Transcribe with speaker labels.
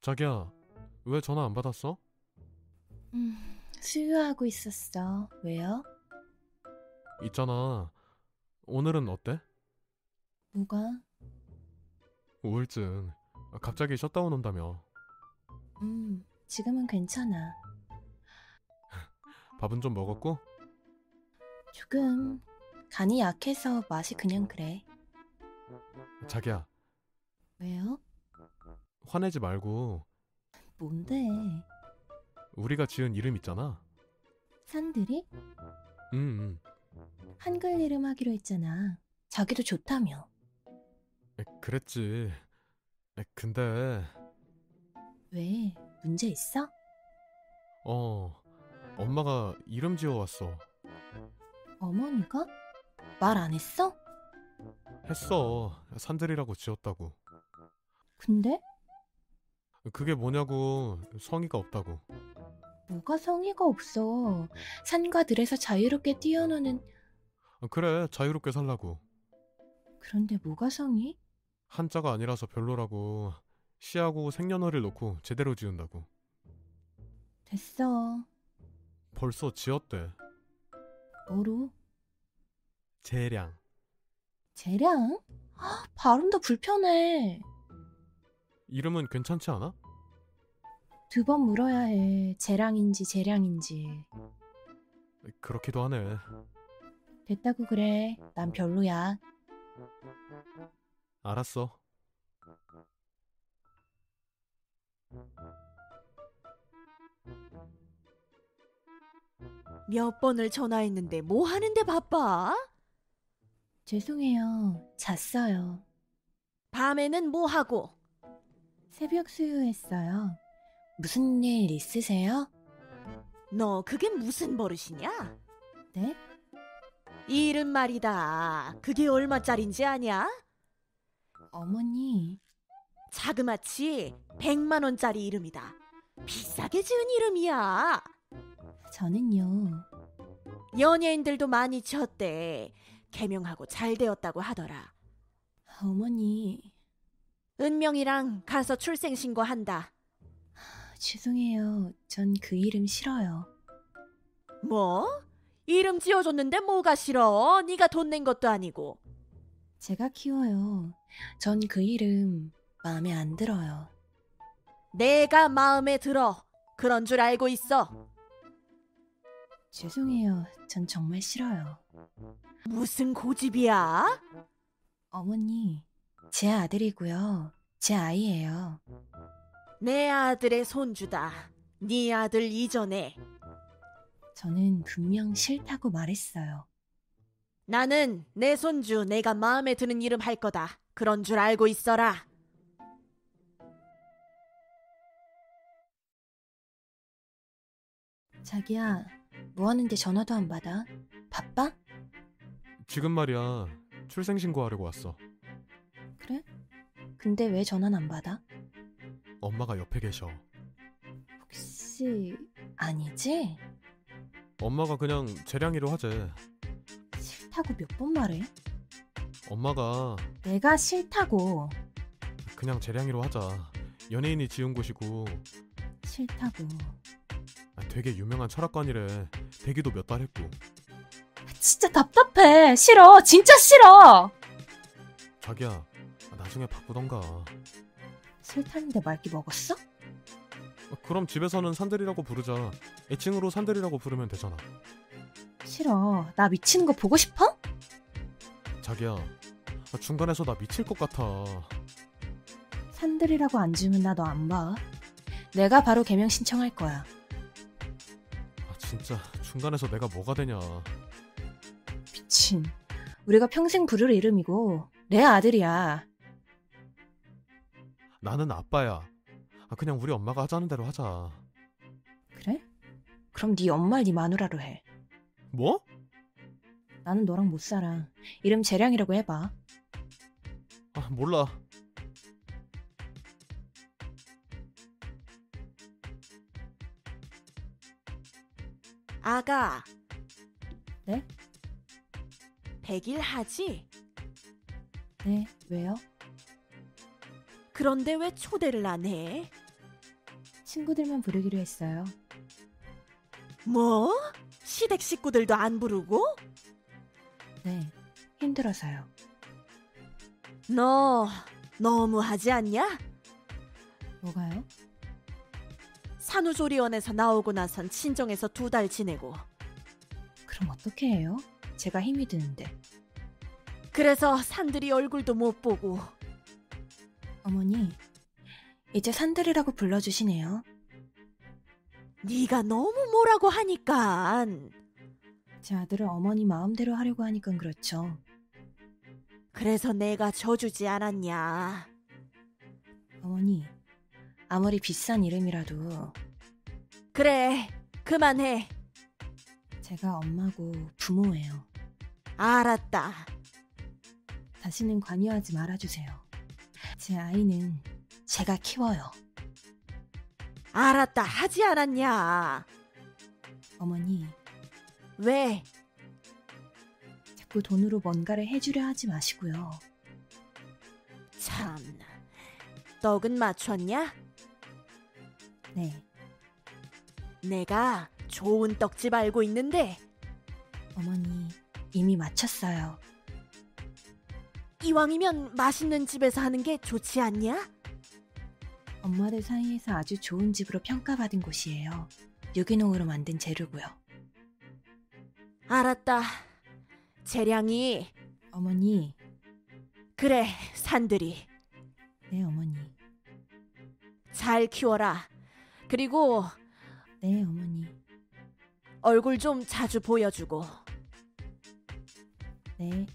Speaker 1: 자기야, 왜 전화 안 받았어?
Speaker 2: 음, 수유하고 있었어. 왜요?
Speaker 1: 있잖아. 오늘은 어때?
Speaker 2: 뭐가?
Speaker 1: 우울증. 아, 갑자기 셧다운 온다며.
Speaker 2: 음, 지금은 괜찮아.
Speaker 1: 밥은 좀 먹었고?
Speaker 2: 조금 간이 약해서 맛이 그냥 그래.
Speaker 1: 자기야,
Speaker 2: 왜요?
Speaker 1: 화내지 말고
Speaker 2: 뭔데?
Speaker 1: 우리가 지은 이름 있잖아.
Speaker 2: 산들이
Speaker 1: 응, 응.
Speaker 2: 한글 이름 하기로 했잖아. 자기도 좋다며.
Speaker 1: 에, 그랬지. 에, 근데
Speaker 2: 왜? 문제 있어?
Speaker 1: 어 엄마가 이름 지어왔어.
Speaker 2: 어머니가? 말 안 했어?
Speaker 1: 했어. 산들이라고 지었다고.
Speaker 2: 근데
Speaker 1: 그게 뭐냐고 성의가 없다고.
Speaker 2: 뭐가 성의가 없어. 산과 들에서 자유롭게 뛰어노는
Speaker 1: 아, 그래 자유롭게 살라고.
Speaker 2: 그런데 뭐가 성의?
Speaker 1: 한자가 아니라서 별로라고 시하고 생년월일 놓고 제대로 지운다고.
Speaker 2: 됐어.
Speaker 1: 벌써 지었대.
Speaker 2: 뭐로?
Speaker 1: 재량.
Speaker 2: 재량? 아, 발음도 불편해.
Speaker 1: 이름은 괜찮지 않아?
Speaker 2: 두 번 물어야 해. 재량인지 재량인지.
Speaker 1: 그렇기도 하네.
Speaker 2: 됐다고 그래. 난 별로야.
Speaker 1: 알았어.
Speaker 3: 몇 번을 전화했는데 뭐 하는데 바빠?
Speaker 2: 죄송해요. 잤어요.
Speaker 3: 밤에는 뭐 하고?
Speaker 2: 새벽 수유했어요. 무슨 일 있으세요?
Speaker 3: 너 그게 무슨 버릇이냐?
Speaker 2: 네?
Speaker 3: 이름 말이다. 그게 얼마짜린지 아냐?
Speaker 2: 어머니.
Speaker 3: 자그마치 100만 원짜리 이름이다. 비싸게 지은 이름이야.
Speaker 2: 저는요.
Speaker 3: 연예인들도 많이 지었대. 개명하고 잘 되었다고 하더라.
Speaker 2: 어머니.
Speaker 3: 은명이랑 가서 출생신고 한다.
Speaker 2: 죄송해요. 전 그 이름 싫어요.
Speaker 3: 뭐? 이름 지어줬는데 뭐가 싫어? 네가 돈 낸 것도 아니고.
Speaker 2: 제가 키워요. 전 그 이름 마음에 안 들어요.
Speaker 3: 내가 마음에 들어. 그런 줄 알고 있어.
Speaker 2: 죄송해요. 전 정말 싫어요.
Speaker 3: 무슨 고집이야?
Speaker 2: 어머니. 제 아들이고요. 제 아이예요.
Speaker 3: 내 아들의 손주다. 네 아들 이전에
Speaker 2: 저는 분명 싫다고 말했어요.
Speaker 3: 나는 내 손주 내가 마음에 드는 이름 할 거다. 그런 줄 알고 있어라.
Speaker 2: 자기야, 뭐 하는데 전화도 안 받아? 바빠?
Speaker 1: 지금 말이야. 출생신고하려고 왔어.
Speaker 2: 그래? 근데 왜 전화는 안 받아?
Speaker 1: 엄마가 옆에 계셔.
Speaker 2: 혹시 아니지?
Speaker 1: 엄마가 그냥 재량이로 하재.
Speaker 2: 싫다고 몇 번 말해?
Speaker 1: 엄마가
Speaker 2: 내가 싫다고.
Speaker 1: 그냥 재량이로 하자. 연예인이 지은 곳이고
Speaker 2: 싫다고.
Speaker 1: 아, 되게 유명한 철학관이래. 대기도 몇 달 했고.
Speaker 2: 진짜 답답해. 싫어. 진짜 싫어.
Speaker 1: 자기야, 아, 나중에 바꾸던가. 아,
Speaker 2: 싫다는데 말기 먹었어?
Speaker 1: 그럼 집에서는 산들이라고 부르자. 애칭으로 산들이라고 부르면 되잖아.
Speaker 2: 싫어. 나 미치는 거 보고 싶어?
Speaker 1: 자기야, 아, 중간에서 나 미칠 것 같아.
Speaker 2: 산들이라고 안 주면 나 너 안 봐. 내가 바로 개명 신청할 거야.
Speaker 1: 아, 진짜 중간에서 내가 뭐가 되냐.
Speaker 2: 미친. 우리가 평생 부를 이름이고 내 아들이야.
Speaker 1: 나는 아빠야. 아, 그냥 우리 엄마가 하자는 대로 하자.
Speaker 2: 그래? 그럼 네 엄마 네 마누라로 해.
Speaker 1: 뭐?
Speaker 2: 나는 너랑 못 살아. 이름 재량이라고 해봐.
Speaker 1: 아, 몰라.
Speaker 3: 아가.
Speaker 2: 네?
Speaker 3: 100일 하지?
Speaker 2: 네, 왜요?
Speaker 3: 그런데 왜 초대를 안 해?
Speaker 2: 친구들만 부르기로 했어요.
Speaker 3: 뭐? 시댁 식구들도 안 부르고?
Speaker 2: 네, 힘들어서요.
Speaker 3: 너 너무하지 않냐?
Speaker 2: 뭐가요?
Speaker 3: 산후조리원에서 나오고 나선 친정에서 두 달 지내고
Speaker 2: 그럼 어떻게 해요? 제가 힘이 드는데.
Speaker 3: 그래서 산들이 얼굴도 못 보고
Speaker 2: 어머니, 이제 산들이라고 불러주시네요.
Speaker 3: 네가 너무 뭐라고 하니까
Speaker 2: 제 아들을 어머니 마음대로 하려고 하니까 그렇죠.
Speaker 3: 그래서 내가 져주지 않았냐
Speaker 2: 어머니, 아무리 비싼 이름이라도
Speaker 3: 그래 그만해
Speaker 2: 제가 엄마고 부모예요.
Speaker 3: 알았다
Speaker 2: 다시는 관여하지 말아주세요. 제 아이는 제가 키워요.
Speaker 3: 알았다 하지 않았냐
Speaker 2: 어머니,
Speaker 3: 왜
Speaker 2: 자꾸 돈으로 뭔가를 해주려 하지 마시고요.
Speaker 3: 참나 떡은 맞췄냐?
Speaker 2: 네,
Speaker 3: 내가 좋은 떡집 알고 있는데
Speaker 2: 어머니, 이미 마쳤어요.
Speaker 3: 이왕이면 맛있는 집에서 하는 게 좋지 않냐?
Speaker 2: 엄마들 사이에서 아주 좋은 집으로 평가받은 곳이에요. 유기농으로 만든 재료고요.
Speaker 3: 알았다. 재량이
Speaker 2: 어머니,
Speaker 3: 그래 산들이
Speaker 2: 네 어머니,
Speaker 3: 잘 키워라. 그리고
Speaker 2: 네 어머니,
Speaker 3: 얼굴 좀 자주 보여주고
Speaker 2: 네